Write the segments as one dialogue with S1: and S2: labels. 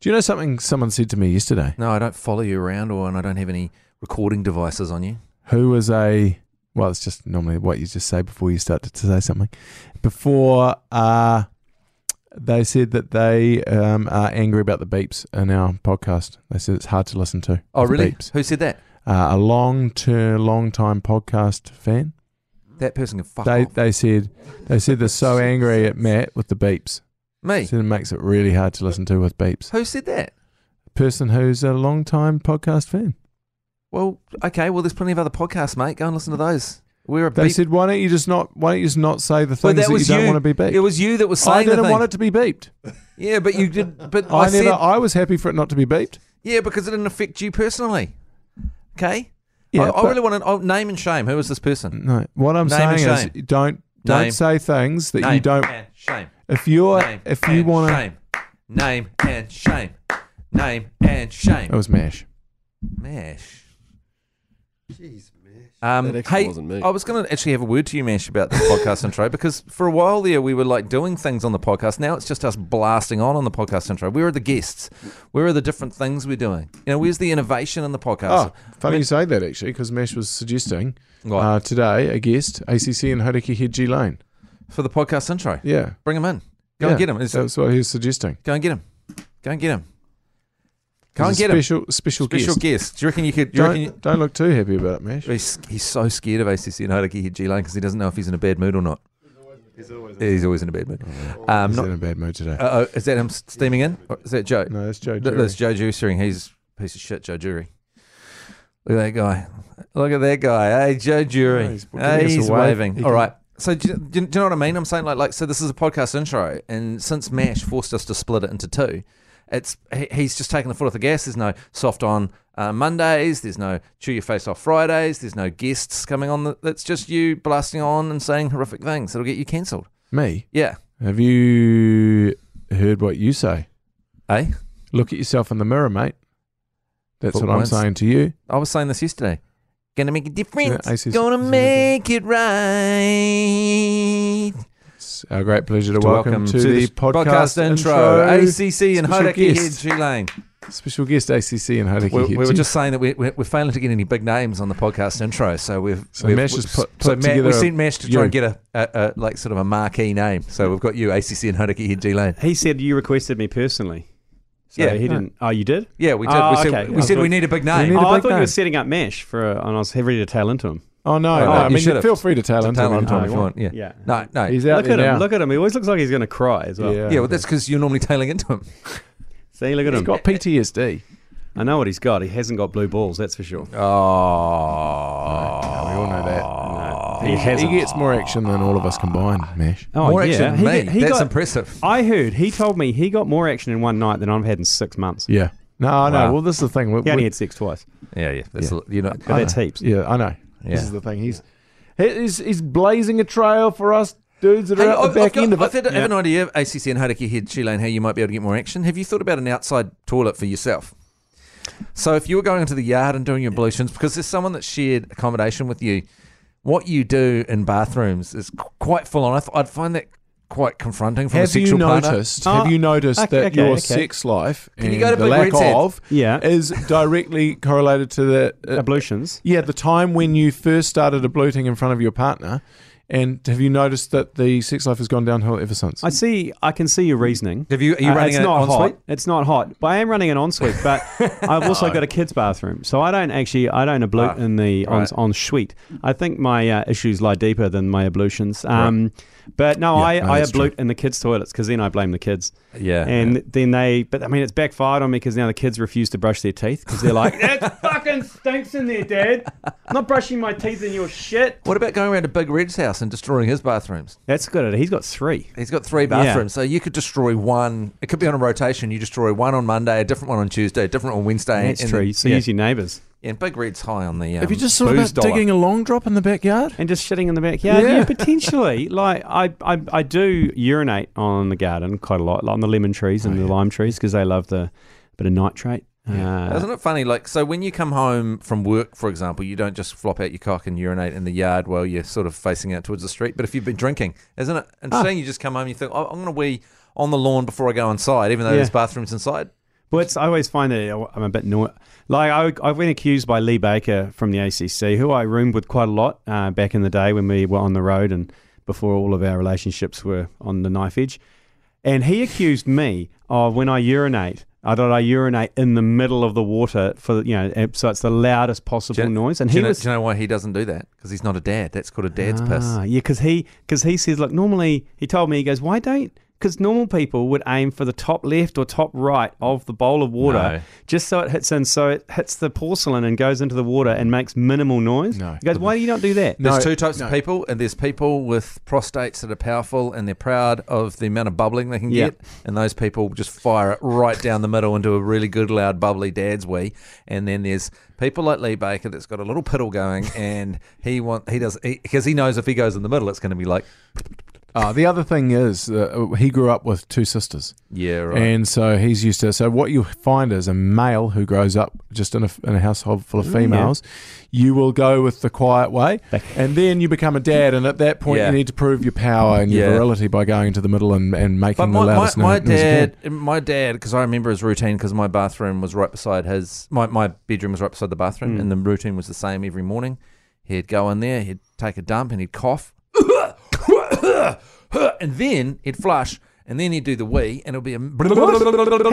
S1: Do you know something someone said to me yesterday?
S2: No, I don't follow you around, or and I don't have any recording devices on you.
S1: Who was a well? It's just normally what you just say before you start to, to say something. Before uh, they said that they um, are angry about the beeps in our podcast. They said it's hard to listen to.
S2: Oh,
S1: the
S2: really?
S1: Beeps.
S2: Who said that?
S1: Uh, a long term, long time podcast fan.
S2: That person can fuck
S1: They
S2: off.
S1: they said they said they're so angry at Matt with the beeps.
S2: Me.
S1: Said it makes it really hard to listen to with beeps.
S2: Who said that?
S1: Person who's a long time podcast fan.
S2: Well, okay. Well, there's plenty of other podcasts, mate. Go and listen to those. We're a
S1: They
S2: beep.
S1: said, why don't you just not? Why don't you just not say the things
S2: Well,
S1: that, you don't want to be beeped?
S2: It was you that was saying
S1: I
S2: the
S1: didn't
S2: thing.
S1: want it to be beeped.
S2: Yeah, but you did. But I,
S1: I,
S2: said
S1: never. I was happy for it not to be beeped.
S2: yeah because it didn't affect you personally. Okay.
S1: Yeah,
S2: I, I
S1: but-
S2: really want to oh, name and shame. Who is this person?
S1: No. What I'm
S2: Name
S1: saying
S2: and
S1: is,
S2: shame.
S1: don't don't
S2: Name.
S1: say things that you
S2: Name
S1: don't.
S2: and shame.
S1: If you're,
S2: Name
S1: if you
S2: and
S1: want to,
S2: shame. Name and shame. Name and shame.
S1: it was mash.
S2: Mash.
S3: Jeez, man.
S2: Um,
S3: That actually
S2: hey,
S3: wasn't me.
S2: I was going to actually have a word to you, Mash, about the podcast intro because for a while there we were like doing things on the podcast. Now it's just us blasting on on the podcast intro. Where are the guests? Where are the different things we're doing? You know, where's the innovation in the
S1: Oh,
S2: podcast?
S1: funny you say that actually, because Mash was suggesting
S2: What?
S1: uh, today a guest, ACC and Hodaki Head G Lane.
S2: for the podcast intro,
S1: Yeah,
S2: bring them in. Go and
S1: Yeah.
S2: get them. It's,
S1: That's what he was suggesting.
S2: go and get them. Go and get them. Go
S1: He's
S2: and
S1: a
S2: get them.
S1: special, special
S2: Special
S1: guest.
S2: guest. Do you reckon you could? Do you
S1: Don't,
S2: reckon you,
S1: don't look too happy about it, Mash.
S2: he's, he's so scared of ACC and Hodaki G Lane because he doesn't know if he's in a bad mood or not. He's always in a bad mood. Um,
S1: He's
S2: not,
S1: in a bad mood today.
S2: Uh-oh, Uh, is that him steaming in? Or is that Joe?
S1: no, that's Joe.
S2: Th-
S1: Jury.
S2: That's Joe Juicering. He's a piece of shit, Joe Jury. Look at that guy. Look at that guy. Hey, Joe Jury.
S1: Oh,
S2: Ah, he's
S1: he's giving us a wave.
S2: waving.
S1: He
S2: All
S1: can-
S2: right. So do you, do you know what I mean? I'm saying like like so this is a podcast intro, and since Mash forced us to split it into two, it's he, he's just taking the foot off the gas. There's no soft on uh, Mondays. There's no chew your face off Fridays. There's no guests coming on. The, it's just you blasting on and saying horrific things that'll get you cancelled.
S1: Me.
S2: Yeah.
S1: Have you heard what you say?
S2: Eh?
S1: Look at yourself in the mirror, mate. That's
S2: But
S1: what I'm
S2: once-
S1: saying to you.
S2: I was saying this yesterday. Gonna make a difference.
S1: I see-
S2: Gonna
S1: see-
S2: make it right.
S1: It's our great pleasure to, welcome, to, the
S2: this
S1: podcast, intro.
S2: ACC and
S1: Special
S2: Hodaki Head
S1: guest.
S2: Tulane.
S1: Special guest ACC and Hodaki
S2: We, we were
S1: Hitchi.
S2: just saying that we, we're, we're failing to get any big names on the podcast intro, so we've
S1: So
S2: we've,
S1: Mash has
S2: we've-
S1: put-
S2: so
S1: put
S2: Ma-
S1: together
S2: we
S1: a-
S2: sent Mash to try
S1: you.
S2: and get a, a, a like sort of a marquee name. So we've got you, ACC and Hodaki Head Tulane.
S4: He said you requested me personally. So
S2: Yeah.
S4: he didn't. Oh, you did?
S2: Yeah, we did.
S4: Oh,
S2: we said,
S4: okay.
S2: we, said we need a big name.
S1: need a
S4: oh, I
S1: big
S4: thought you
S1: name.
S4: were setting up Mesh for, a, and I was ready to tail into him.
S1: oh no, no,
S2: Oh, you
S1: I mean
S2: should've.
S1: feel free to tell him.
S2: Tell
S1: to
S2: on
S1: me.
S2: time
S4: Oh,
S2: if you want. Yeah.
S4: Yeah.
S2: No, no.
S1: He's uh, out
S4: look at
S1: there now.
S4: him. Look at him. He always looks like he's going to cry as well.
S1: yeah,
S2: yeah, well, that's because you're normally tailing into him.
S4: See, look at
S1: he's
S4: him.
S1: got PTSD.
S4: I know what he's got. He hasn't got blue balls, that's for sure.
S1: we
S2: Oh.
S1: all know that.
S4: he
S1: He
S4: hasn't.
S1: gets more action than all of us combined, Mash.
S4: oh,
S2: More
S4: yeah.
S2: action than
S4: He
S2: me.
S4: get- he
S2: That's
S4: got-
S2: impressive.
S4: I heard. He told me he got more action in one night than I've had in six months.
S1: Yeah. No, no.
S2: Wow.
S1: Well, this is the thing. We,
S4: He only
S1: we-
S4: had sex twice.
S2: Yeah, yeah. That's
S1: Yeah.
S2: A, you know.
S4: But
S1: I
S4: that's
S1: know.
S4: heaps.
S1: Yeah, I know.
S2: Yeah.
S1: This is the thing. He's he- he's, he's blazing a trail for us dudes that are
S2: Hey,
S1: out
S2: I've,
S1: the
S2: I've
S1: back
S2: got,
S1: end of
S2: I've
S1: it.
S2: had, I have an idea, ACC and Hodaki Head, Chile, and how you might be able to get more action. Have you thought about an outside toilet for yourself? So if you were going into the yard and doing your ablutions, because there's someone that shared accommodation with you, what you do in bathrooms is qu- quite full on. I th- I'd find that quite confronting from a
S1: Have you
S2: sexual partner.
S1: noticed?
S4: Oh,
S1: have you noticed
S4: okay,
S1: that
S4: okay,
S1: your
S4: okay.
S1: sex life and
S2: you go to
S1: the
S2: Big
S1: lack
S2: Red's head?
S1: of
S4: Yeah.
S1: is directly correlated to the uh,
S4: Ablutions.
S1: yeah the time when you first started abluting in front of your partner? And have you noticed that the sex life has gone downhill ever since?
S4: I see. I can see your reasoning.
S2: Have you? Are you
S4: Uh,
S2: running
S4: it's
S2: an
S4: not hot.
S2: ensuite?
S4: It's not hot, but I am running an ensuite. But I've also got a kids' bathroom, so I don't actually I don't ablute
S2: Ah,
S4: in the
S2: right.
S4: en- ensuite. I think my uh, issues lie deeper than my ablutions. Um, But no,
S1: Yeah,
S4: I,
S1: no,
S4: I
S1: that's
S4: ablute in the kids' toilets because then I blame the kids,
S2: Yeah.
S4: and then they. But I mean, it's backfired on me because now the kids refuse to brush their teeth because they're like, "It fucking stinks in there, Dad. I'm not brushing my teeth in your shit."
S2: what about going around to Big Red's house and destroying his bathrooms?
S4: That's good. He's got three.
S2: He's got three bathrooms, so you could destroy one. It could be on a rotation. You destroy one on Monday, a different one on Tuesday, a different on Wednesday.
S4: That's
S2: and
S4: true.
S2: then-
S4: so
S2: yeah.
S4: use your neighbours.
S2: And Big Red's high on the. Um,
S1: have you just thought
S2: booze
S1: about
S2: dollar.
S1: digging a long drop in the backyard?
S4: and just shitting in the backyard.
S1: Yeah.
S4: Yeah, potentially. like I, I, I do urinate on the garden quite a lot, like on the lemon trees and the lime trees because they love the bit of nitrate. Uh,
S2: Isn't it funny? Like, so when you come home from work, for example, you don't just flop out your cock and urinate in the yard while you're sort of facing out towards the street. But if you've been drinking, isn't it
S4: Ah.
S2: interesting? You just come home, you think, oh, I'm going to wee on the lawn before I go inside, even though
S4: Yeah.
S2: there's bathrooms inside.
S4: Well, it's, I always find that I'm a bit annoyed. Like, I, I've been accused by Lee Baker from the ACC, who I roomed with quite a lot uh, back in the day when we were on the road and before all of our relationships were on the knife edge. And he accused me of when I urinate, I thought I urinate in the middle of the water for, you know, and so it's the loudest possible
S2: Gen-
S4: noise. And
S2: Do
S4: he
S2: you, know,
S4: was.
S2: do you know why he doesn't do that? Because he's not a dad. That's called a dad's piss.
S4: Ah, Yeah, because he because he says, look, normally he told me he goes, why don't? Because normal people would aim for the top left or top right of the bowl of water,
S2: No.
S4: just so it hits in, so it hits the porcelain and goes into the water and makes minimal noise.
S1: No.
S4: He goes, why do you not do that?
S1: No,
S2: There's two types
S1: no.
S2: of people, and there's people with prostates that are powerful and they're proud of the amount of bubbling they can
S4: Yeah.
S2: get, and those people just fire it right down the middle into a really good, loud, bubbly dad's wee. And then there's people like Lee Baker that's got a little piddle going, and he want he does because he, knows if he goes in the middle, it's going to be like
S1: Uh, the other thing is, uh, he grew up with two sisters.
S2: yeah right.
S1: And so he's used to. So what you find is a male who grows up just in a, in a household full of
S2: Mm,
S1: females, you will go with the quiet way, and then you become a dad. And at that point,
S2: Yeah.
S1: you need to prove your power and your
S2: Yeah.
S1: virility by going into the middle and, and
S2: But
S1: making
S2: my,
S1: the
S2: my,
S1: loudest noise
S2: my
S1: you can.
S2: dad, uh, my dad, because I remember his routine because my bathroom was right beside his, my, my bedroom was right beside the bathroom,
S1: Hmm.
S2: and the routine was the same every morning. He'd go in there, he'd take a dump, and he'd cough, and then he'd flush, and then he'd do the wee, and it'll be a.
S4: How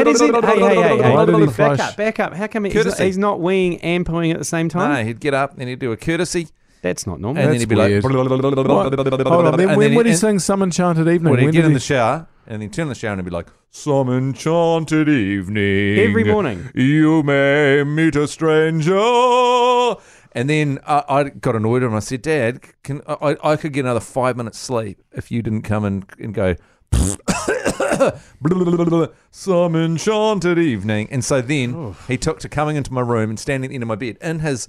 S4: does he, hey, hey, hey, hey,
S1: Why did he
S4: back
S1: flush?
S4: up, back up. How come he's,
S2: Courtesy.
S4: he's not weeing and pooing at the same time?
S2: No, he'd get up, and he'd do a courtesy,
S4: That's not normal.
S2: and then
S1: That's
S2: he'd be
S1: weird.
S2: like.
S1: What? Hold on. Then
S2: and
S1: when
S2: then
S1: would he
S2: and-
S1: sing "Some Enchanted Evening"?
S2: When he'd
S1: When
S2: get
S1: did
S2: in
S1: he-
S2: the shower, and then turn in the shower, and he'd be like, "Some enchanted evening."
S4: Every morning.
S2: You may meet a stranger. And then I, I got annoyed and I said, Dad, can I, I could get another five minutes sleep if you didn't come and, and go, some enchanted evening. And so then he took to coming into my room and standing at the end of my bed in his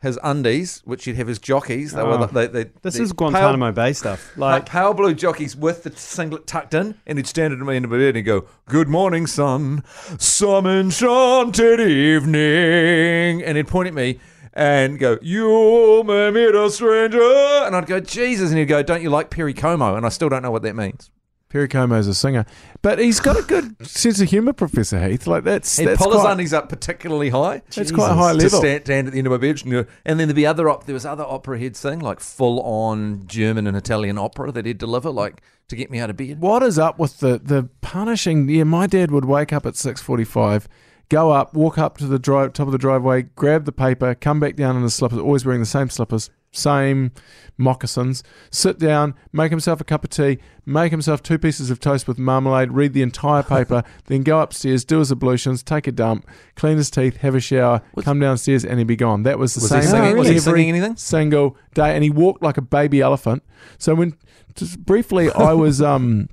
S2: his undies, which he'd have his jockeys. They were
S4: Oh.
S2: they, they,
S4: this
S2: they-
S4: is
S2: pale-
S4: Guantanamo Bay stuff.
S2: like
S4: Like,
S2: pale blue jockeys with the singlet tucked in, and he'd stand at the end of my bed and he'd go, "Good morning, sun, some enchanted evening," and he'd point at me and go, "You may meet a stranger," and I'd go, "Jesus," and he'd go, "Don't you like Perry Como?" And I still don't know what that means.
S1: Perry Como is a singer, but he's got a good sense of humour, Professor Heath. Like that's
S2: He'd
S1: that's
S2: pull his
S1: quite,
S2: undies up particularly high.
S1: that's quite high
S2: to
S1: level.
S2: stand, stand at the end of my bed, and, you know, and then there'd be other op- there was other opera he'd sing like full on German and Italian opera that he'd deliver like to get me out of bed.
S1: What is up with the the punishing? Yeah, my dad would wake up at six forty five, go up, walk up to the drive top of the driveway, grab the paper, come back down in the slippers, always wearing the same slippers, same moccasins, sit down, make himself a cup of tea, make himself two pieces of toast with marmalade, read the entire paper, then go upstairs, do his ablutions, take a dump, clean his teeth, have a shower,
S2: Was-
S1: come downstairs, and he'd be gone. That was the
S2: Was
S1: same
S2: he singing?
S1: thing
S2: Was he
S1: every
S2: singing anything?
S1: single day, and he walked like a baby elephant. So when just briefly, I was um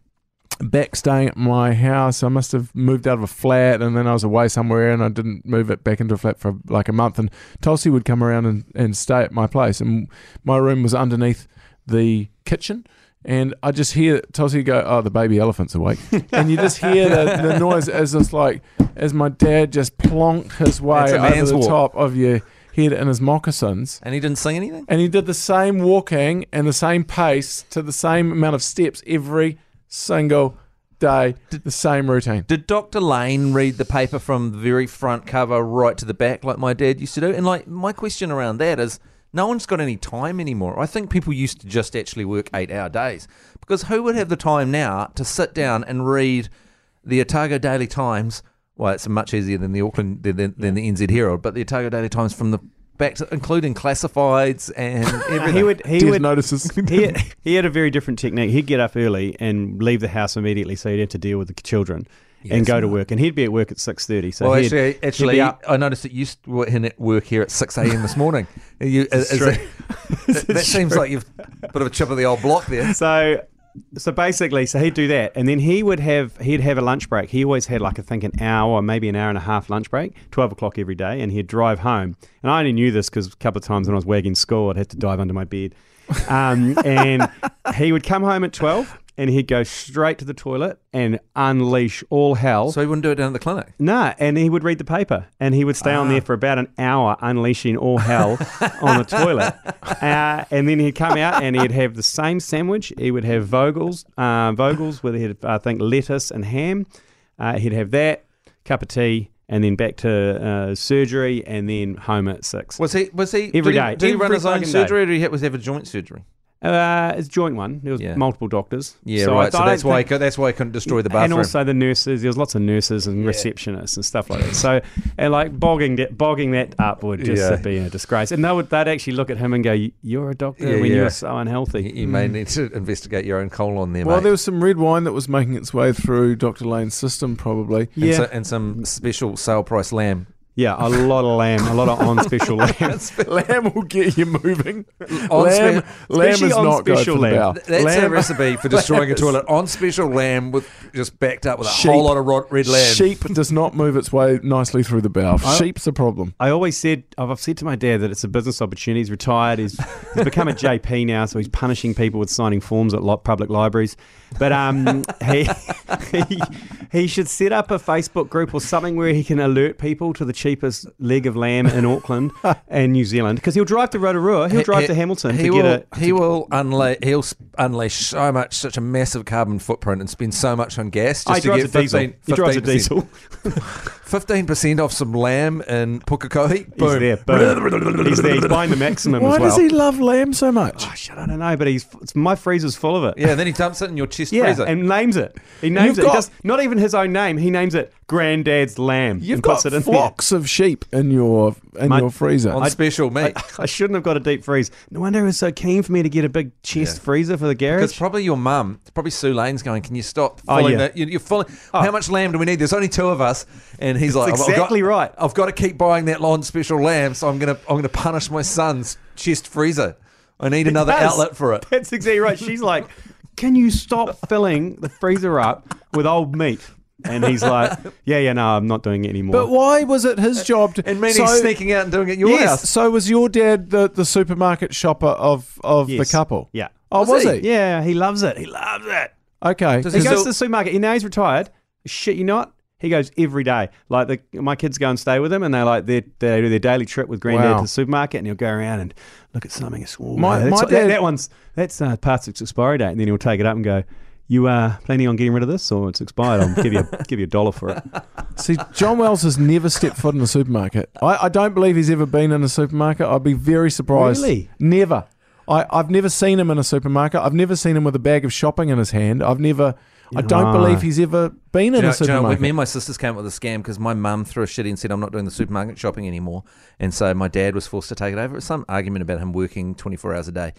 S1: back staying at my house. I must have moved out of a flat, and then I was away somewhere, and I didn't move it back into a flat for like a month. And Tulsi would come around and, and stay at my place, and my room was underneath the kitchen. And I just hear Tulsi go, "Oh, the baby elephant's awake," and you just hear the, the noise as it's like as my dad just plonked his way
S2: That's a
S1: over
S2: man's
S1: the
S2: walk.
S1: top of your head in his moccasins.
S2: And he didn't sing anything.
S1: And he did the same walking and the same pace to the same amount of steps every single day, the same routine.
S2: Did Dr. Lane read the paper from the very front cover right to the back like my dad used to do? And like my question around that is no one's got any time anymore. I think people used to just actually work 8-hour days because who would have the time now to sit down and read the Otago Daily Times? Well, it's much easier than the Auckland than, than, than the NZ Herald, but the Otago Daily Times from the back to including classifieds and everything.
S4: he would, he
S1: Death
S4: would,
S1: notices.
S4: he, had, he had a very different technique. He'd get up early and leave the house immediately, so he'd have to deal with the children and go to work. And he'd be at work at six thirty. So
S2: well,
S4: he'd-
S2: actually,
S4: he'd
S2: actually,
S4: be up-
S2: I noticed that you st- were in at work here at six a.m. this morning. You, is- is
S4: true.
S2: that- that that seems like you've a bit of a chip of the old block there.
S4: so so basically so he'd do that and then he would have he'd have a lunch break he always had like i think an hour or maybe an hour and a half lunch break 12 o'clock every day and he'd drive home and i only knew this because a couple of times when i was wagging school i'd have to dive under my bed um, and he would come home at 12 and he'd go straight to the toilet and unleash all hell
S2: So he wouldn't do it down at the clinic.
S4: Nah, and he would read the paper and he would stay on
S2: Ah.
S4: there for about an hour, unleashing all hell on the toilet. Uh, and then he'd come out and he'd have the same sandwich. He would have Vogels, uh, Vogels with, he'd, I think, lettuce and ham. Uh, he'd have that. cup of tea, and then back to uh, surgery, and then home at six.
S2: Was he? Was he?
S4: Every
S2: did
S4: day.
S2: He, did he run
S4: Every
S2: his own
S4: fucking
S2: surgery, or did he was ever joint surgery?
S4: Uh, it's a joint one. There was
S2: Yeah.
S4: multiple doctors.
S2: Yeah,
S4: I
S2: right. So
S4: don't
S2: that's why.
S4: think-
S2: He, could- that's why he couldn't destroy the bathroom.
S4: And also the nurses. There was lots of nurses and
S3: Yeah.
S4: receptionists and stuff like that. So, and like bogging that bogging that up would just
S1: Yeah.
S4: be a disgrace. And they would they'd actually look at him and go, "You're a doctor
S2: Yeah,
S4: when
S2: yeah.
S4: you were so unhealthy."
S2: you, you may need to investigate your own colon there,
S1: well,
S2: mate.
S1: there was some red wine that was making its way through Dr. Lane's system, probably.
S2: and,
S4: Yeah,
S2: so, and some special sale price lamb.
S4: yeah, a lot of lamb, a lot of on special lamb.
S1: lamb will get you moving.
S2: On
S1: lamb, lamb is
S4: especially on
S1: not good
S4: special
S1: for the
S4: lamb.
S1: bowel.
S2: Th- That's a
S1: Lamb-
S2: recipe for destroying a
S1: is-
S2: toilet on special lamb with just backed up with a
S1: Sheep.
S2: whole lot of rot, red lamb.
S1: Sheep does not move its way nicely through the bowel.
S4: I-
S1: Sheep's a problem.
S4: I always said I've, I've said to my dad that it's a business opportunity. He's retired. He's, he's become a JP now, so he's punishing people with signing forms at lo- public libraries. But um, he, he he should set up a Facebook group or something where he can alert people to the cheapest leg of lamb in Auckland and New Zealand because he'll drive to Rotorua, he'll
S2: He-
S4: drive
S2: he-
S4: to Hamilton
S2: He
S4: to
S2: will.
S4: get
S2: he will unleash. He'll s- unleash so much, such a massive carbon footprint, and spend so much on gas
S4: a. I
S2: just to
S4: Ah, oh, drives a
S2: get
S4: diesel.
S2: 15,
S4: he drives a
S2: 15%.
S4: diesel.
S2: Fifteen percent off some lamb in Pukekohe.
S4: He's
S2: Boom.
S4: there. Boom. he's there. He's buying the maximum
S1: Why
S4: as well.
S1: does he love lamb so much?
S4: Oh, shit, I don't know, but he's it's- my freezer's full of it.
S2: Yeah, and then he dumps it in your chest
S4: Yeah,
S2: freezer.
S4: and names it. He names
S1: You've
S4: it.
S1: got-
S4: he does, not even his own name. He names it Granddad's Lamb.
S1: You've
S4: and
S1: got
S4: puts it in
S1: flocks of sheep in your in
S4: Mate,
S1: your freezer.
S2: on special meat.
S4: There. I, I shouldn't have got a deep freeze. No wonder he was so keen for me to get a big chest
S2: Yeah.
S4: freezer for the
S2: Because
S4: garage.
S2: probably your mum, probably Sue Lane's going, can you stop
S4: Oh,
S2: filling
S4: yeah. Oh.
S2: that? You- You're filling. How much lamb do we need? There's only two of us, and he's like, "I've- I've got-
S4: exactly right.
S2: I've got to keep buying that lawn special lamb, so I'm gonna I'm gonna punish my son's chest freezer. I need another
S4: does.
S2: outlet for it.
S4: That's exactly right. She's like, "Can you stop filling the freezer up with old meat?" And he's like, "Yeah, yeah, no, I'm not doing it anymore."
S1: but why was it
S4: uh,
S1: his job to?
S2: And meaning
S1: so-
S2: sneaking out and doing it at your
S1: Yes.
S2: house.
S1: So was your dad the, the supermarket shopper of, of
S4: Yes.
S1: the couple?
S4: yeah,
S1: Oh, was,
S2: Was
S1: he?
S2: he?
S4: yeah, he loves it. He loves it.
S1: Okay.
S2: Does
S4: He
S2: he
S4: goes
S2: still-
S4: to the supermarket. He now he's retired. Shit, you not? He goes every day. Like the, my kids go and stay with him, and they like they they do their daily trip with granddad
S1: Wow.
S4: to the supermarket, and he'll go around and look at something. It's, oh,
S1: My-
S4: that's-
S1: my
S4: that,
S1: dad-
S4: that one's that's uh, past its expiry date, and then he'll take it up and go. You are planning on getting rid of this, or it's expired? I'll give you a, give you a dollar for it.
S1: See, John Wells has never stepped foot in a supermarket. I, I don't believe he's ever been in a supermarket. I'd be very surprised.
S4: Really?
S1: Never. I, I've never seen him in a supermarket. I've never seen him with a bag of shopping in his hand. I've never. I don't
S4: Right.
S1: believe he's ever been in a
S2: Do you know, do you know,
S1: supermarket.
S2: me and my sisters came up with a scam because my mum threw a shitty and said, I'm not doing the supermarket shopping anymore. And so my dad was forced to take it over. It was some argument about him working 24 hours a day.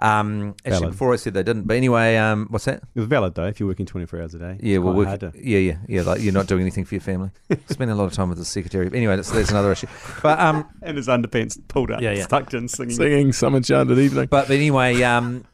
S2: Um, actually,
S4: Valid.
S2: before I said they didn't. But anyway, um, what's that?
S4: It's valid though if you're working twenty four hours a day.
S2: Yeah,
S4: It's
S2: well, work,
S4: quite hard to-
S2: yeah, yeah, yeah. Like you're not doing anything for your family. Spend a lot of time with the secretary. Anyway, that's, that's another issue. But um,
S4: and his underpants pulled up,
S2: Yeah, yeah.
S4: tucked in, singing.
S1: Singing Summer Chanted Evening.
S2: But anyway, um,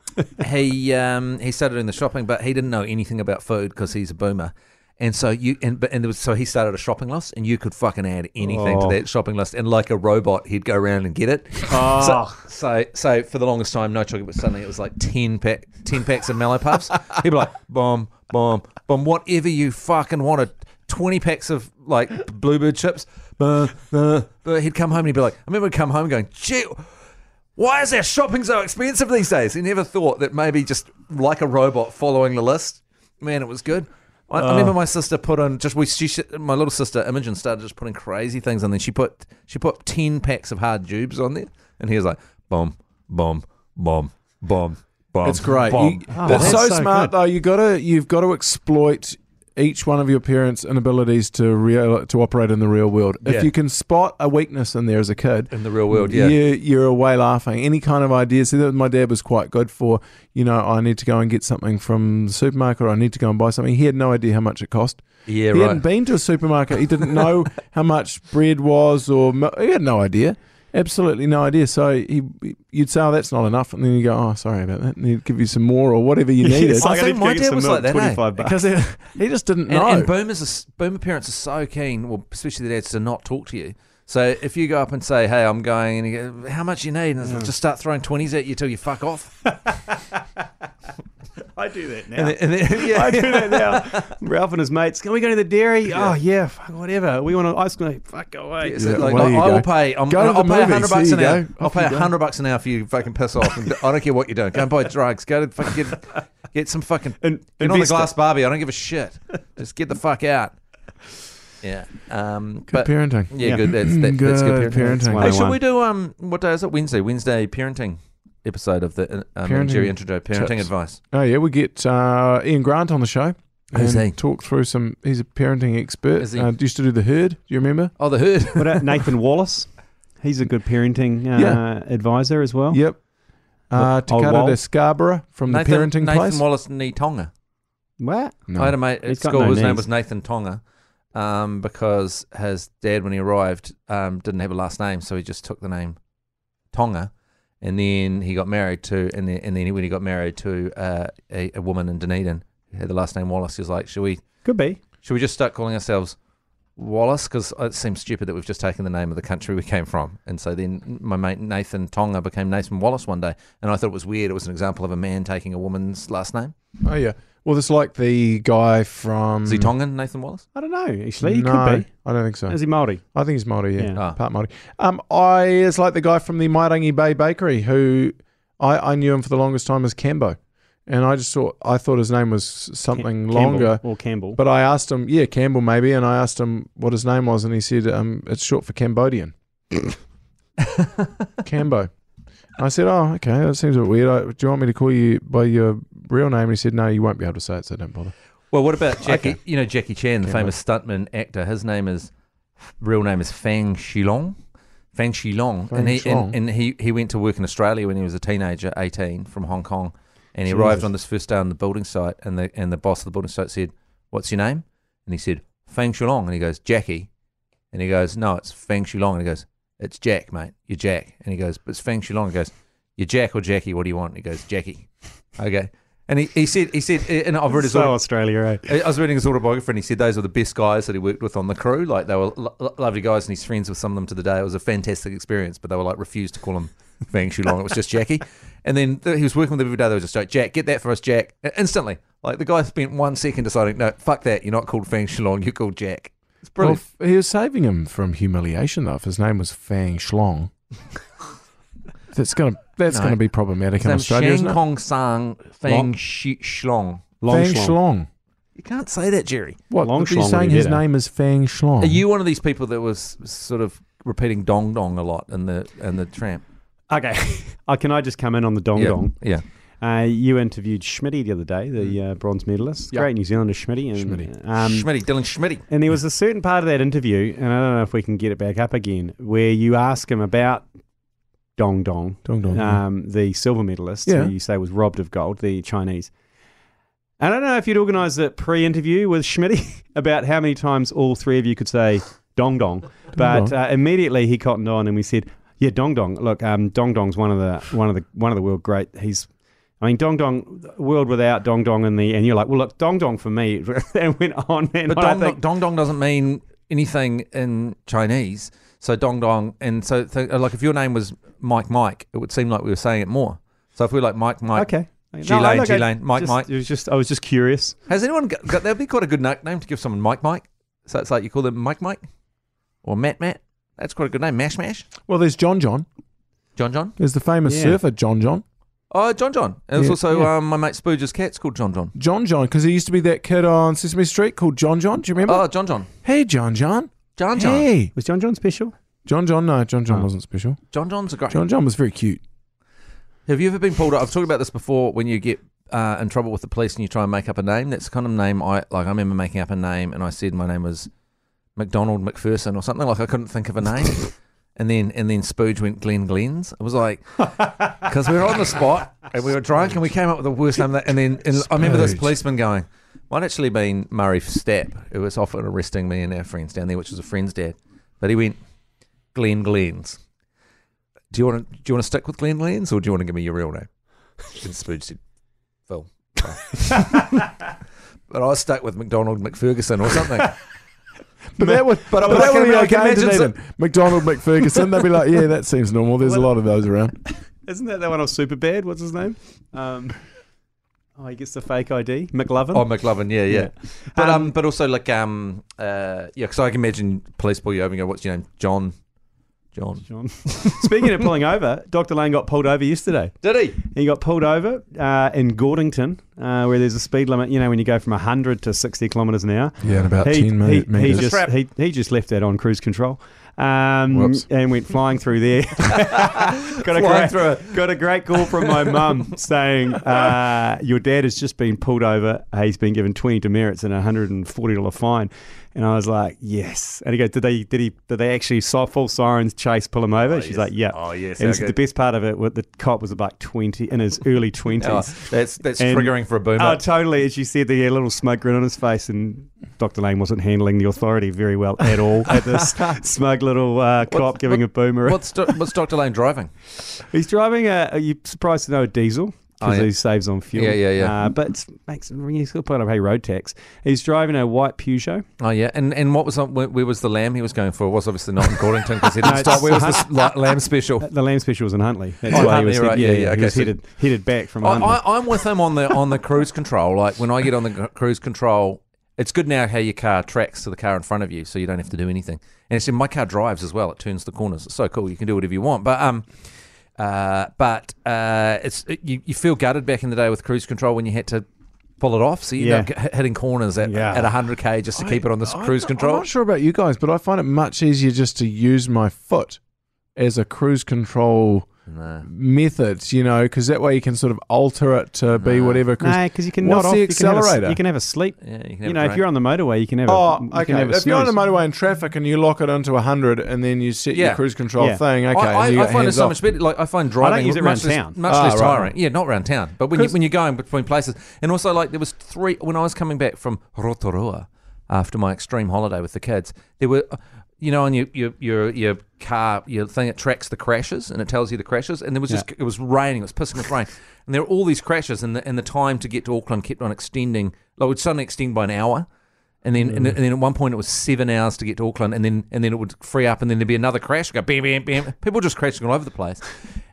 S2: he um, he started doing the shopping, but he didn't know anything about food because he's a boomer. And so you and but and there was, so he started a shopping list, and you could fucking add anything
S4: Oh.
S2: to that shopping list, and like a robot, he'd go around and get it.
S4: Oh.
S2: So, so so for the longest time, no chocolate, but suddenly it was like ten pack ten packs of Mallow Puffs. He'd be like, bomb, bomb, bomb, whatever you fucking wanted. Twenty packs of like bluebird chips. Bah, bah, bah. He'd come home and he'd be like, I remember he'd come home going, gee. Why is our shopping so expensive these days? He never thought that maybe just like a robot following the list. Man, it was good. I, I remember my sister put on just we she, she- my little sister Imogen started just putting crazy things on. Then she put she put ten packs of hard jubes on there, and he was like, bomb, bomb, bomb, bomb, bomb.
S1: It's great.
S2: bomb,
S1: You-
S4: Oh,
S1: that's
S4: that's
S1: so,
S4: so
S1: smart
S4: good.
S1: though. You gotta you've got to exploit each one of your parents' inabilities to real to operate in the real world.
S2: Yeah.
S1: If you can spot a weakness in there as a kid,
S2: in the real world. Yeah,
S1: you, you're away laughing. Any kind of idea. See, that my dad was quite good for. You know, I need to go and get something from the supermarket. or I need to go and buy something. He had no idea how much it cost.
S2: yeah,
S1: he
S2: right.
S1: hadn't been to a supermarket. He didn't know how much bread was, or mi- he had no idea. Absolutely no idea. So he, you'd say, "Oh, that's not enough," and then you go, "Oh, sorry about that," and he'd give you some more or whatever you needed
S2: I think my dad was like that, eh?
S4: that.
S1: because he, he just didn't
S2: And,
S1: know.
S2: and boomers, are, s- boomer parents are so keen, well, especially the dads, to not talk to you. So if you go up and say, "Hey, I'm going," and you go, "How much you need?" and
S1: Mm.
S2: just start throwing twenties at you till you fuck off.
S4: I do that now.
S2: And then, and then- yeah.
S4: I do that now. Ralph and his mates. Can we go to the dairy? Oh yeah, fuck whatever. We want to ice cream. Fuck go away.
S2: Yeah, so
S1: Yeah,
S2: like,
S1: well,
S2: I,
S1: there you
S2: I
S1: go.
S2: will pay. I'm,
S1: Go to
S2: I'll,
S1: the
S2: pay a
S1: movies,
S2: hundred bucks
S1: there
S2: an
S1: you
S2: hour.
S1: go.
S2: I'll
S1: Off
S2: pay
S1: you
S2: a
S1: go.
S2: hundred bucks an hour for you. Fucking piss off. And I don't care what you're doing. Go and buy drugs. Go to fucking get get some fucking.
S4: And
S2: Get on the
S4: invest it.
S2: glass Barbie. I don't give a shit. Just get the fuck out. Yeah. Um,
S1: Good
S2: but
S1: parenting.
S2: yeah,
S4: Yeah.
S2: good. That's, that, that's
S1: Good
S2: good parenting.
S1: parenting.
S4: Wow.
S2: Hey, should
S4: 101.
S2: we do um what day is it? Wednesday. Wednesday parenting episode of the uh, um,
S1: Parenting
S2: Jerry Introduce parenting
S1: tips.
S2: advice.
S1: Oh yeah, we get uh, Ian Grant on the show.
S2: Who's
S1: and
S2: Oh, he?
S1: Talk through some. He's a parenting expert.
S2: Is he?
S1: Uh, used to do the herd. Do you remember?
S2: Oh, the herd.
S4: What about Nathan Wallace? He's a good parenting uh,
S1: Yeah.
S4: advisor as
S2: Oh.
S4: well.
S1: Yep. Uh,
S4: Oh,
S1: Takata
S4: Wal-
S1: to Scarborough from
S2: Nathan,
S1: the parenting
S2: Nathan
S1: place.
S2: Wallace Nitonga.
S4: What?
S1: No.
S2: I had a mate at
S4: He's got
S2: school
S4: no
S2: whose name
S4: knees.
S2: was Nathan Tonga, um, because his dad when he arrived um, didn't have a last name, so he just took the name Tonga, and then he got married to, and then, and then when he got married to uh, a, a woman in Dunedin who had the last name Wallace, he was like, should we
S4: Could be.
S2: should we just start calling ourselves? Wallace, because it seems stupid that we've just taken the name of the country we came from, and so then my mate Nathan Tonga became Nathan Wallace one day, and I thought it was weird. It was an example of a man taking a woman's last name.
S1: oh yeah. Well, it's like the guy from.
S2: Is he Tongan, Nathan Wallace?
S4: I don't know. Actually, he
S1: No,
S4: could
S1: I don't think so.
S4: be. Is he Maori?
S1: I think he's Maori. Yeah,
S4: Yeah.
S2: Ah.
S1: part Maori. Um, I it's like the guy from the Mairangi Bay Bakery who I, I knew him for the longest time as Cambo, and I just thought I thought his name was something
S4: Campbell
S1: longer.
S4: or Campbell.
S1: But I asked him, yeah, Campbell maybe, and I asked him what his name was, and he said, um, it's short for Cambodian. Cambo. I said, oh, okay, that seems a bit weird. I, do you want me to call you by your real name? And he said, no, you won't be able to say it, so don't bother.
S2: Well, what about Jackie?
S1: Okay.
S2: You know Jackie Chan, the
S1: Yeah,
S2: famous stuntman actor. His name is real name is Fang Shilong. Fang Shilong,
S1: Fang
S2: and he
S1: Shilong.
S2: and, and he he went to work in Australia when he was a teenager, eighteen, from Hong Kong, and he
S1: Jesus.
S2: arrived on this first day on the building site, and the and the boss of the building site said, "What's your name?" And he said, "Fang Shilong," and he goes, "Jackie," and he goes, "No, it's Fang Shilong," and he goes, "It's Jack, mate. You're Jack," and he goes, "But it's Fang Shilong." He goes, "You're Jack or Jackie? What do you want?" And he goes, "Jackie." Okay. And he, he said he said and I've read his
S4: so Australia, eh?
S2: I I was reading his autobiography, and he said those were the best guys that he worked with on the crew. Like they were lo- lo- lovely guys, and he's friends with some of them to the day. It was a fantastic experience, but they were like refused to call him Fang Shulong. It was just Jackie. And then th- he was working with them every day. They were just like, Jack, get that for us, Jack, I- instantly. Like the guy spent one second deciding, no, fuck that. You're not called Fang Shulong. You're called Jack. It's brilliant.
S1: Well, f- he was saving him from humiliation, though. If his name was Fang Shlong, that's gonna that's
S2: No.
S1: gonna be problematic in
S2: His name's
S1: Australia, isn't
S2: Shang
S1: it?
S2: Kong Sang Fang
S4: Long-
S2: Shi Shlong.
S4: Long
S1: Fang
S4: schlong.
S1: Shlong.
S2: You can't say that, Jerry.
S1: What?
S4: Long
S1: Long
S4: Shlong
S1: Shlong
S4: would
S1: saying
S4: be
S1: his
S4: better.
S1: name is Fang Shlong.
S2: Are you one of these people that was sort of repeating dong dong a lot in the in the tramp?
S4: Okay. uh, can I just come in on the dong
S2: yeah.
S4: dong?
S2: Yeah.
S4: Uh, you interviewed Schmitty the other day, the uh, bronze medalist,
S1: Yeah.
S4: great New Zealander Schmitty. And,
S1: Schmitty.
S4: Um,
S2: Schmitty, Dylan Schmitty.
S4: and there was a certain part of that interview, and I don't know if we can get it back up again, where you ask him about dong dong,
S1: Dong dong.
S4: um, the silver medalist,
S1: Mm-hmm. Yeah.
S4: who you say was robbed of gold, the Chinese. I don't know if you'd organised a pre-interview with Schmitty about how many times all three of you could say dong dong, but
S1: dong.
S4: Uh, immediately he cottoned on and we said, "Yeah, dong dong. Look, um, dong dong's one of the one of the one of the world great. He's." I mean, Dong Dong, world without Dong Dong in the, and you're like, well, look, Dong Dong for me, and went on, man.
S2: But
S4: I
S2: dong,
S4: think-
S2: dong dong doesn't mean anything in Chinese. So dong dong, and so th- like if your name was Mike Mike, it would seem like we were saying it more. So if we were like Mike Mike,
S4: okay.
S2: Uh, G
S4: I-
S2: Lane,
S4: look,
S2: G
S4: I
S2: Lane, Mike
S4: just-
S2: Mike.
S4: It was just, I was just curious.
S2: Has anyone got, got that'd be quite a good nickname to give someone Mike Mike? So it's like you call them Mike Mike or Matt Matt. That's quite a good name. Mash Mash,
S1: well, there's John John.
S2: John John.
S1: There's the famous
S4: Yeah.
S1: surfer John John.
S2: Oh, John John. And it's
S1: Yeah,
S2: also
S1: yeah.
S2: Um, my mate Spooge's cat's called John John.
S1: John John, because he used to be that kid on Sesame Street called John John. Do you remember?
S2: Oh, John John.
S1: hey, John John.
S2: John John.
S1: Hey,
S4: Was John John special?
S1: John John. No, John John
S4: Oh.
S1: wasn't special.
S2: John John's a great.
S1: John John was very cute.
S2: Have you ever been pulled up? I've talked about this before. When you get uh, in trouble with the police and you try and make up a name, that's the kind of name I like. I remember making up a name, and I said my name was McDonald McPherson or something. Like I couldn't think of a name, and then and then Spooge went Glenn Glenn's. I was like, because we were on the spot and we were drunk, and we came up with the worst name. That, and then and I remember this
S1: Spooge.
S2: policeman going, "Might actually been Murray Stapp, who was often arresting me and our friends down there, which was a friend's dad." But he went Glenn Glenn's. Do you want to do you want to stick with Glenn Glenn's or do you want to give me your real name? And Spooge said, Phil. but I stuck with McDonald McFerguson or something.
S1: But that would, but,
S2: I
S1: I
S2: reckon
S1: can,
S2: we
S1: I can
S2: can
S1: imagine
S2: imagine
S1: them. McDonald McPherson. They'd be like, yeah, that seems normal. There's a lot of those around.
S4: Isn't that that one off Superbad? What's his name? Um, oh, he gets the fake ID. McLovin.
S2: oh, McLovin, yeah, yeah. But um,
S4: Um,
S2: but also like um, uh, yeah, because I can imagine police pull you over and go, "What's your name, John?" John.
S4: John. Speaking of pulling over, Dr. Lane got pulled over yesterday.
S2: Did he?
S4: He got pulled over uh, in Gordington, uh, where there's a speed limit, you know, when you go from 100 to 60 kilometres an hour.
S1: Yeah, in about
S4: He,
S1: 10
S4: he-
S1: minutes.
S4: he just, he, he just left that on cruise control um,
S1: Whoops.
S4: and went flying through there. got, a
S2: Flying
S4: great,
S2: through
S4: got a great call from my mum saying, uh, Your dad has just been pulled over. Uh, He's been given 20 demerits and a $140 fine. And I was like, Yes. And he goes, Did they, did he, did they actually si- full sirens chase pull him over? She's like, Yeah.
S2: Oh, yes.
S4: And he
S2: okay.
S4: said the best part of it, was the cop was about 20, in his early 20s.
S2: Oh,
S4: Oh,
S2: that's that's
S4: And- Ah,
S2: triggering for a boomer.
S4: Oh, totally. As you said, he had a little smug grin on his face, and Dr. Lane wasn't handling the authority very well at all at this smug little uh, cop
S2: What's-
S4: giving a boomer.
S2: what's do, what's Doctor Lane driving?
S4: He's driving a, are you surprised to know, a diesel?
S2: Oh,
S4: Because
S2: yeah.
S4: he saves on fuel.
S2: Yeah, yeah, yeah.
S4: Uh, but it's- makes he's still putting up hey road tax. He's driving a white Peugeot.
S2: Oh yeah, and and what was on, where, where was the lamb he was going for? It was obviously not in Gordington because he
S4: No,
S2: didn't stop.
S4: it's-
S2: Where was this la- lamb special?
S4: Uh, The lamb special was in Huntley. That's
S2: Oh,
S4: why he was
S2: Huntley, right,
S4: head-
S2: yeah, yeah,
S4: he
S2: okay,
S4: was
S2: so- Oh,
S4: headed, headed back from
S2: I,
S4: Huntley.
S2: I, I'm with him on the on the cruise control. Like when I get on the gr- cruise control, it's good now how your car tracks to the car in front of you, so you don't have to do anything. And actually, my car drives as well; it turns the corners. It's so cool. You can do whatever you want. But um, uh, but uh, it's it, you, you feel gutted back in the day with cruise control when you had to pull it off. So you end
S4: Yeah.
S2: up g- hitting corners at
S4: Yeah.
S2: at 100k just to keep it on this
S1: I-
S2: cruise
S1: I'm
S2: control.
S1: I'm not sure about you guys, but I find it much easier just to use my foot as a cruise control
S2: No.
S1: method, you know, because that way you can sort of alter it to be
S2: No.
S1: whatever. Cruise-
S4: no, because you can
S1: What's
S4: not off.
S1: the
S4: you can have a s-
S1: accelerator?
S4: You can have a sleep.
S2: Yeah, you, can
S4: You
S2: have
S4: know,
S2: a
S4: if
S2: drink.
S4: you're on the motorway, you can have.
S1: Oh,
S4: a, you
S1: okay.
S4: Can have a
S1: If you're on the
S4: snooze.
S1: motorway in traffic and you lock it into 100 and then you set
S2: Yeah.
S1: your cruise control
S4: Yeah.
S1: thing, okay.
S2: I,
S1: and you
S2: I, I
S1: got
S2: find it
S1: hands
S2: so
S1: off.
S2: much better. Like I find driving
S4: use it
S2: much
S4: around
S2: less,
S4: town.
S2: much
S1: Ah,
S2: less
S1: right.
S2: tiring. Yeah, not around town, but when you,
S1: 'Cause-
S2: when you're going between places, and also like there was three when I was coming back from Rotorua after my extreme holiday with the kids, there were. You know, on your, your your your car, your thing, it tracks the crashes and it tells you the crashes. And there was just it was raining, it was pissing with rain, and there were all these crashes. And the and the time to get to Auckland kept on extending. Like it would suddenly extend by an hour, and then and, then- and then at one point it was seven hours to get to Auckland, and then and then it would free up, and then there'd be another crash. Go bam, bam, bam. People just crashing all over the place.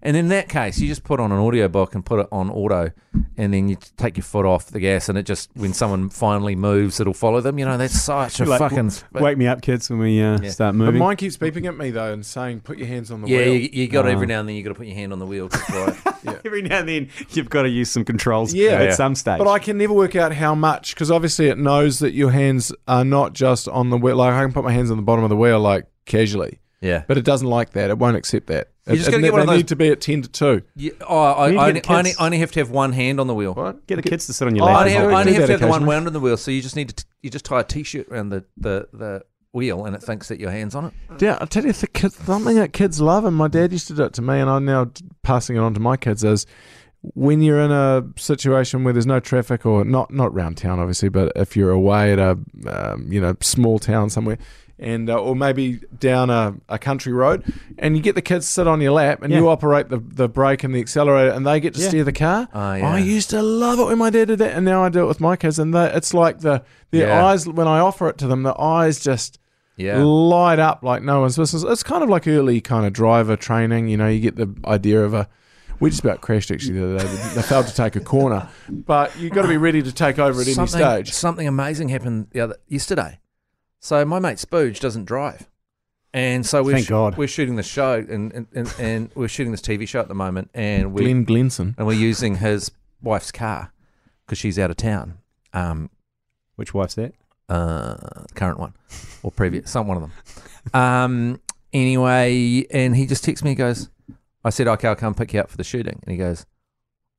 S2: And in that case, you just put on an audio book and put it on auto, and then you take your foot off the gas, and it just when someone finally moves, it'll follow them. You know, that's such a
S4: Like,
S2: fucking
S4: Wake me up, kids, when we uh,
S2: Yeah.
S4: start
S1: But
S4: moving.
S1: mine keeps beeping at me, though, and saying, put your hands on the
S2: yeah.
S1: wheel.
S2: You, you got to every
S4: Ah.
S2: now and then you got to put your hand on the wheel. That's right.
S4: Every now and then, you've got to use some controls.
S1: Yeah.
S4: at
S1: Yeah.
S4: some stage.
S1: But I can never work out how much because obviously it knows that your hands are not just on the wheel. Like I can put my hands on the bottom of the wheel like casually,
S2: yeah.
S1: but it doesn't like that. It won't accept that.
S2: You
S1: It-
S2: just
S1: it-
S2: gotta get
S1: they
S2: one of those-
S1: need to be at ten to two.
S2: yeah. Oh, I,
S4: You
S2: I,
S4: need
S2: only,
S4: to get
S2: I only,
S4: kids-
S2: I only have to have one hand on the wheel.
S1: What?
S4: Get the kids to sit on your
S1: Oh,
S4: lap.
S2: I
S1: I
S2: only
S4: and
S2: have,
S1: don't
S4: hold
S2: I
S4: it.
S2: only
S1: do
S2: have to
S1: that
S2: have the one
S1: occasionally.
S2: wound on the wheel, so you just need to t- you just tie a t-shirt around the the, the wheel, and it thinks that your hands on it.
S1: Yeah, I tell you, the kids, something that kids love, and my dad used to do it to me, and I'm now t- passing it on to my kids is when you're in a situation where there's no traffic or not not round town, obviously, but if you're away at a um, you know small town somewhere, and uh, or maybe down a, a country road, and you get the kids sit on your lap, and
S4: Yeah.
S1: you operate the the brake and the accelerator, and they get to
S4: Yeah.
S1: steer the car.
S2: Oh, yeah.
S1: I used to love it when my dad did that, and now I do it with my kids, and they, it's like the their
S2: Yeah.
S1: eyes when I offer it to them, the eyes just
S2: Yeah.
S1: light up like no one's business. It's kind of like early kind of driver training. You know, you get the idea of a. We just about crashed actually the other day. They failed to take a corner, but you've got to be ready to take over at any
S2: something,
S1: stage.
S2: Something amazing happened the other yesterday. So my mate Spooge doesn't drive, and so we're
S4: Thank God.
S2: we're shooting the show, and and, and, and we're shooting this TV show at the moment, and we
S1: Glenn Glenson.
S2: and we're using his wife's car because she's out of town. Um,
S4: Which wife's that?
S2: uh, current one or previous, some one of them. Um, anyway, and he just texts me. He goes, "I said, okay, I'll come pick you up for the shooting." And he goes,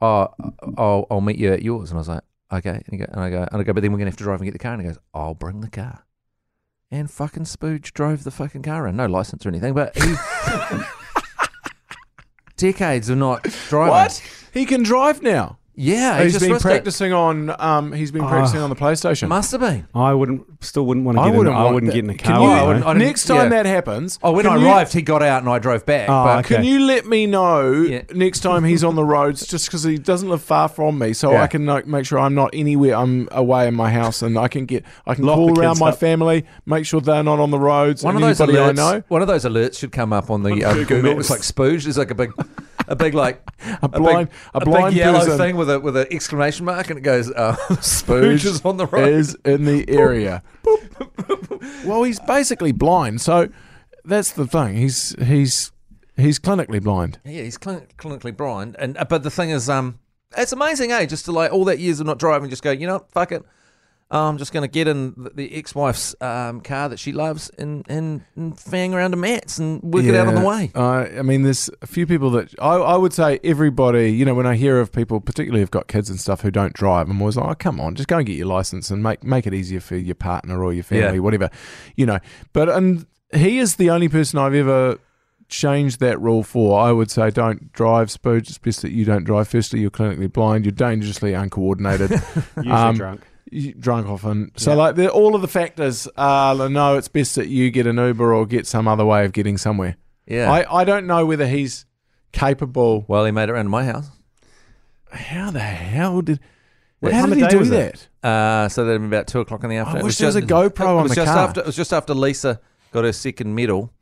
S2: "Oh, I'll, I'll meet you at yours." And I was like, "Okay." And, he go, and I go, and I go, but then we're gonna have to drive and get the car. And he goes, "I'll bring the car." And fucking Spooge drove the fucking car around. No license or anything, but he. Decades of not driving.
S1: What? He can drive now.
S2: Yeah, he
S1: he's
S2: just
S1: been
S2: risked it.
S1: practicing on. Um, he's been practicing on the PlayStation.
S2: Must have been.
S4: I wouldn't, still wouldn't want to
S1: I
S4: get. I
S1: wouldn't.
S4: in, I
S1: want
S4: wouldn't
S1: that.
S4: get in the
S1: Can
S4: car.
S1: you-
S2: Oh, I wouldn't- I didn't-
S1: next time
S2: yeah.
S1: that happens,
S2: Oh, when
S1: can
S2: I
S1: you-
S2: arrived, he got out and I drove back.
S4: Oh,
S2: but-
S4: okay.
S1: Can you let me know
S2: Yeah.
S1: next time he's on the roads, just because he doesn't live far from me, so
S2: Yeah.
S1: I can like, make sure I'm not anywhere. I'm away in my house, and I can get I can
S4: Lock
S1: call
S4: the
S1: around
S4: kids
S1: my
S4: up.
S1: family, make sure they're not on the roads.
S2: One of
S1: and
S2: those
S1: anybody
S2: alerts.
S1: I know,
S2: One of those alerts should come up on the uh, Google.
S1: Maps.
S2: It's like spooge. It's like a big, a big like
S1: a blind a,
S2: big,
S1: blind
S2: big yellow
S1: person
S2: thing with a with an exclamation mark, and it goes uh, spooge
S1: Spooge
S2: is on the road.
S1: is in the area. well, he's basically blind, so that's the thing. He's he's he's clinically blind.
S2: Yeah, he's clin- clinically blind, and uh, but the thing is, um, it's amazing, eh? Just to like all that years of not driving, just go, you know, what, fuck it. I'm just gonna get in the, the ex-wife's um, car that she loves and, and, and fang around to mats and work it out on the
S1: Yeah.
S2: way.
S1: Uh, I mean, there's a few people that I, I would say everybody, you know, when I hear of people, particularly who've got kids and stuff, who don't drive, I'm always like, oh, come on, just go and get your license and make, make it easier for your partner or your family,
S2: Yeah.
S1: whatever, you know. But and he is the only person I've ever changed that rule for. I would say don't drive, Spooge. It's best that you don't drive. Firstly, you're clinically blind, you're dangerously uncoordinated,
S4: Usually
S1: Um,
S4: drunk.
S1: you- drunk often. So
S4: Yeah.
S1: like the, all of the factors are like, no, it's best that you get an Uber or get some other way of getting somewhere.
S2: Yeah.
S1: I, I don't know whether he's capable.
S2: well, he made it around to my house.
S1: How the hell did?
S4: What
S1: how
S4: time
S1: did
S4: of
S1: he
S4: day
S1: do
S4: was it?
S1: that?
S2: Uh, so that'd been about two o'clock in the afternoon.
S1: I
S2: It
S1: wish there was a GoPro
S2: it
S1: on
S2: was
S1: the
S2: just
S1: car.
S2: After, it was just after Lisa got her second medal,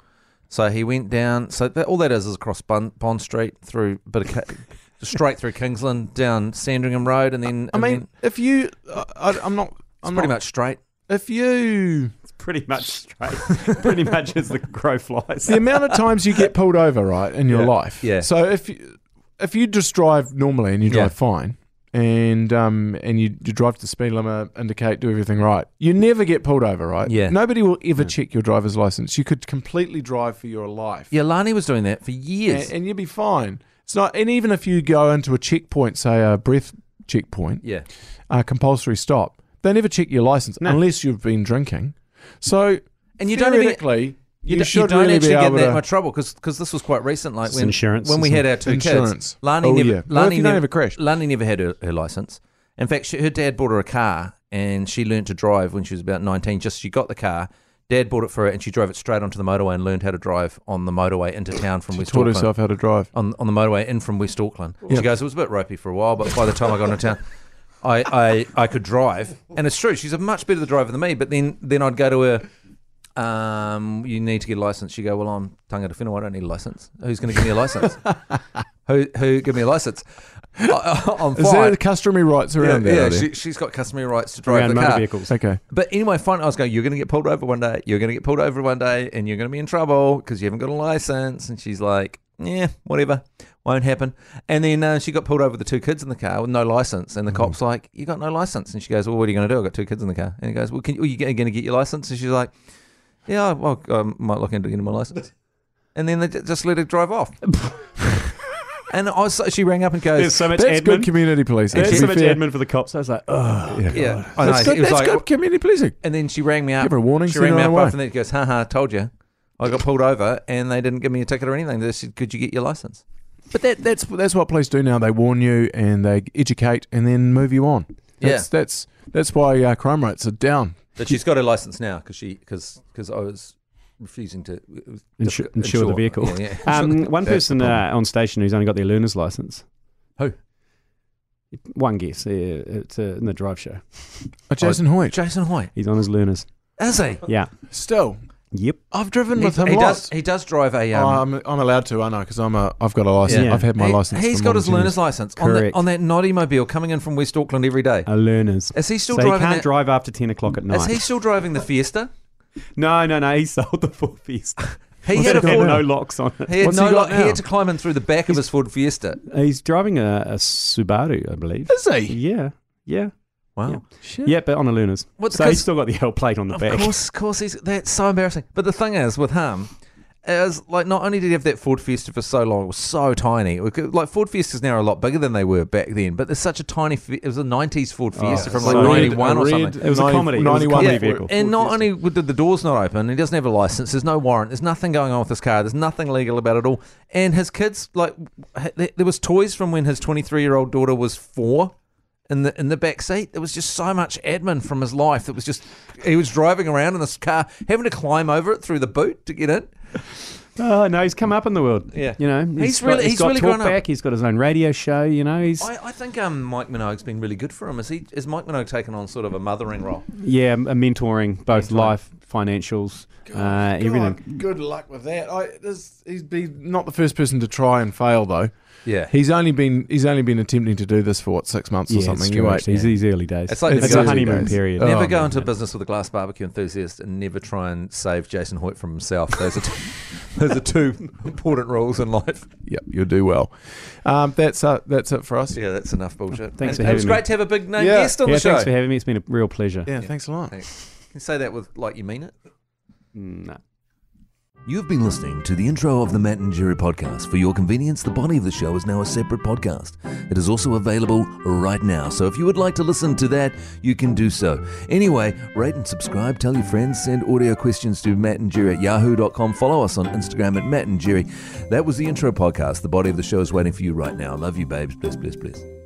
S2: so he went down. So that, all that is is across Bond, Bond Street through a bit of Ca- straight through Kingsland down Sandringham Road, and then
S1: I
S2: and
S1: mean,
S2: then
S1: if you, I, I, I'm not.
S2: it's
S1: I'm
S2: pretty
S1: not,
S2: much straight.
S1: If you,
S4: It's pretty much straight. pretty much as the crow flies.
S1: the amount of times you get pulled over, right, in your
S4: Yeah.
S1: life.
S2: Yeah.
S1: So if you, if you just drive normally and you drive
S2: Yeah.
S1: fine, and um and you, you drive to the speed limit, indicate, do everything right, you never get pulled over, right?
S2: Yeah.
S1: Nobody will ever
S4: Yeah.
S1: check your driver's license. You could completely drive for your life.
S2: Yeah, Lani was doing that for
S1: and,
S2: years.
S1: and you'd be fine. It's not, and even if you go into a checkpoint, say a breath checkpoint,
S2: yeah,
S1: a compulsory stop, they never check your license
S4: No.
S1: unless you've been drinking. So,
S2: and you don't even
S1: theoretically,
S2: you,
S1: you,
S2: d- you
S1: should
S2: don't
S1: really
S2: actually
S1: be
S2: get
S1: able
S2: that
S1: to
S2: much trouble because this was quite recent. Like
S4: It's
S2: when
S4: insurance,
S2: when we
S4: isn't
S2: had our two kids,
S1: insurance.
S2: Lani
S1: oh
S2: never-
S1: yeah, well, if
S2: Lani
S1: you
S2: never-
S1: don't have a crash.
S2: Lani never had her, her license. In fact, she, her dad bought her a car, and she learned to drive when she was about nineteen. Just she got the car. Dad bought it for her, and she drove it straight onto the motorway and learned how to drive on the motorway into town from
S1: She
S2: West
S1: taught
S2: Auckland.
S1: herself how to drive.
S2: On, on the motorway in from West Auckland.
S1: Yeah.
S2: She goes, it was a bit ropey for a while, but by the time I got into town, I, I, I could drive. And it's true, she's a much better driver than me. But then, then I'd go to her, um, you need to get a license. She go, well, I'm Tangata Whenua, I don't need a license. Who's going to give me a license? who who give me a license? I, I, I'm
S1: Is there
S2: fine.
S1: customary rights
S2: yeah,
S1: around that?
S2: yeah
S1: are there?
S2: she, she's got customary rights to drive
S4: Around
S2: the
S4: motor
S2: car.
S4: vehicles.
S1: okay.
S2: But anyway, fine. I was going, you're going to get pulled over one day. You're going to get pulled over one day and you're going to be in trouble because you haven't got a license. And she's like, yeah, whatever. Won't happen. And then uh, she got pulled over with the two kids in the car with no license. And the cop's like, you got no license. And she goes, well, what are you going to do? I've got two kids in the car. And he goes, well, can you, are you going to get your license? And she's like, yeah, well, I might look into getting my license. And then they ju- just let her drive off. and I was, she rang up and goes,
S4: There's so much
S1: That's
S4: admin.
S1: good community policing.
S4: There's
S1: to
S4: so
S1: be
S4: much
S1: fair.
S4: admin for the cops. I was like, oh.
S1: Yeah.
S2: yeah, I know.
S1: That's,
S2: It
S1: good,
S2: was
S1: that's
S2: like- oh.
S1: good community policing.
S2: And then she rang me up.
S1: Give her a warning.
S2: She
S1: send
S2: rang
S1: her
S2: me
S1: on
S2: up
S1: her way.
S2: after that and goes, ha ha, told you. I got pulled over and they didn't give me a ticket or anything. They said, could you get your license?
S1: But that, that's that's what police do now. They warn you and they educate and then move you on.
S2: Yeah.
S1: That's that's, that's why uh, crime rates are down.
S2: But she's got her license now because she because because I was refusing to insure,
S4: Insure- insure the vehicle.
S2: Yeah, yeah.
S4: Um, one
S1: That's
S4: person
S1: the
S4: uh, on station who's only got their learner's license.
S2: Who?
S4: One guess. Yeah, it's uh, in the drive show.
S1: Uh, Jason Hoyt.
S2: Jason Hoyt
S4: He's on his learner's.
S2: is he?
S4: Yeah.
S1: Still,
S4: Yep.
S1: I've driven with
S2: he,
S1: him
S2: he
S1: lots.
S2: does he does drive a um,
S1: I'm, I'm allowed to, aren't I? Because I'm a I've got a license.
S4: Yeah.
S1: I've had my
S2: he,
S1: license.
S2: He's
S1: for
S2: got
S1: more
S2: his
S1: than 10
S2: learner's
S1: years.
S2: license on that
S4: Correct.
S2: on that noddy mobile coming in from West Auckland every day.
S4: A learner's.
S2: Is he still
S4: so he
S2: driving
S4: can't
S2: that?
S4: drive after 10 o'clock at
S2: Is
S4: night.
S2: he still driving the Fiesta?
S4: No, no, no. He sold the Ford Fiesta.
S2: He
S4: It
S2: had a
S4: had no
S2: Ford.
S4: locks on it.
S2: He had
S1: What's
S2: no.
S1: he got
S2: li- he
S1: now?
S2: had to climb in through the back of his Ford Fiesta.
S4: He's driving a, a Subaru, I believe.
S1: Is he?
S4: Yeah. Yeah.
S2: Wow.
S1: Shit.
S4: Yeah, but on a learner's.
S2: What,
S4: so he's
S2: because-
S4: still got the L plate on the
S2: Of
S4: back.
S2: course, of course, he's, that's so embarrassing. But the thing is, with him, is like not only did he have that Ford Fiesta for so long, it was so tiny. It was- Like Ford Fiestas now are a lot bigger than they were back then, but there's such a tiny. Fi- It was a '90s Ford Fiesta from like
S4: Oh, so-
S2: '91 or
S1: Red-
S2: something.
S4: It was a
S1: 90
S4: comedy. It was a
S1: 91
S4: comedy
S1: for-
S4: vehicle.
S2: And not only did the doors not open, he doesn't have a license. There's no warrant. There's nothing going on with this car. There's nothing legal about it all. And his kids, like, h- there there was toys from when his 23 year old daughter was four. In the in the back seat, there was just so much admin from his life that was just he was driving around in this car, having to climb over it through the boot to get in.
S4: Oh no, he's come up in the world.
S2: Yeah.
S4: you know,
S2: He's
S4: got-
S2: really- he's
S4: got
S2: really
S4: talk
S2: grown up.
S4: back. He's got his own radio show. You know, he's
S2: I, I think um, Mike Minogue's been really good for him. Is he is Mike Minogue taken on sort of a mothering role?
S4: yeah, m- mentoring both
S2: Mentoring.
S4: life financials, uh,
S1: God,
S4: everything.
S1: Good luck with that. I, this, he's been not the first person to try and fail though.
S5: Yeah.
S1: He's only been he's only been attempting to do this for what six months
S4: Yeah,
S1: or
S4: it's
S1: something.
S4: true,
S1: You wait.
S4: actually. It's these early days.
S5: It's like
S1: It's
S5: never,
S1: a
S5: go,
S1: honey-
S4: honeymoon
S1: days.
S4: period.
S1: Oh,
S5: never go
S1: man.
S5: into a business with a glass barbecue enthusiast and never try and save Jason Hoyt from himself. Those are, two, those are two important rules in life.
S1: Yep, you'll do well. Um, that's uh, that's it for us.
S5: Yeah, that's enough bullshit.
S4: Thanks
S5: and
S4: for
S5: It was
S4: having me.
S5: great to have a big name
S1: Yeah.
S5: guest on
S4: yeah,
S5: the show.
S4: thanks for having me. It's been a real pleasure.
S1: Yeah,
S5: Yeah.
S1: thanks a lot.
S5: You can say that with like you mean it.
S4: Nah.
S2: You've been listening to the intro of the Matt and Jerry podcast. For your convenience, the body of the show is now a separate podcast. It is also available right now. So if you would like to listen to that, you can do so. Anyway, rate and subscribe, tell your friends, send audio questions to Matt and Jerry at yahoo.com. Follow us on Instagram at Matt and Jerry. That was the intro podcast. The body of the show is waiting for you right now. Love you, babes. Bless, bless, bless.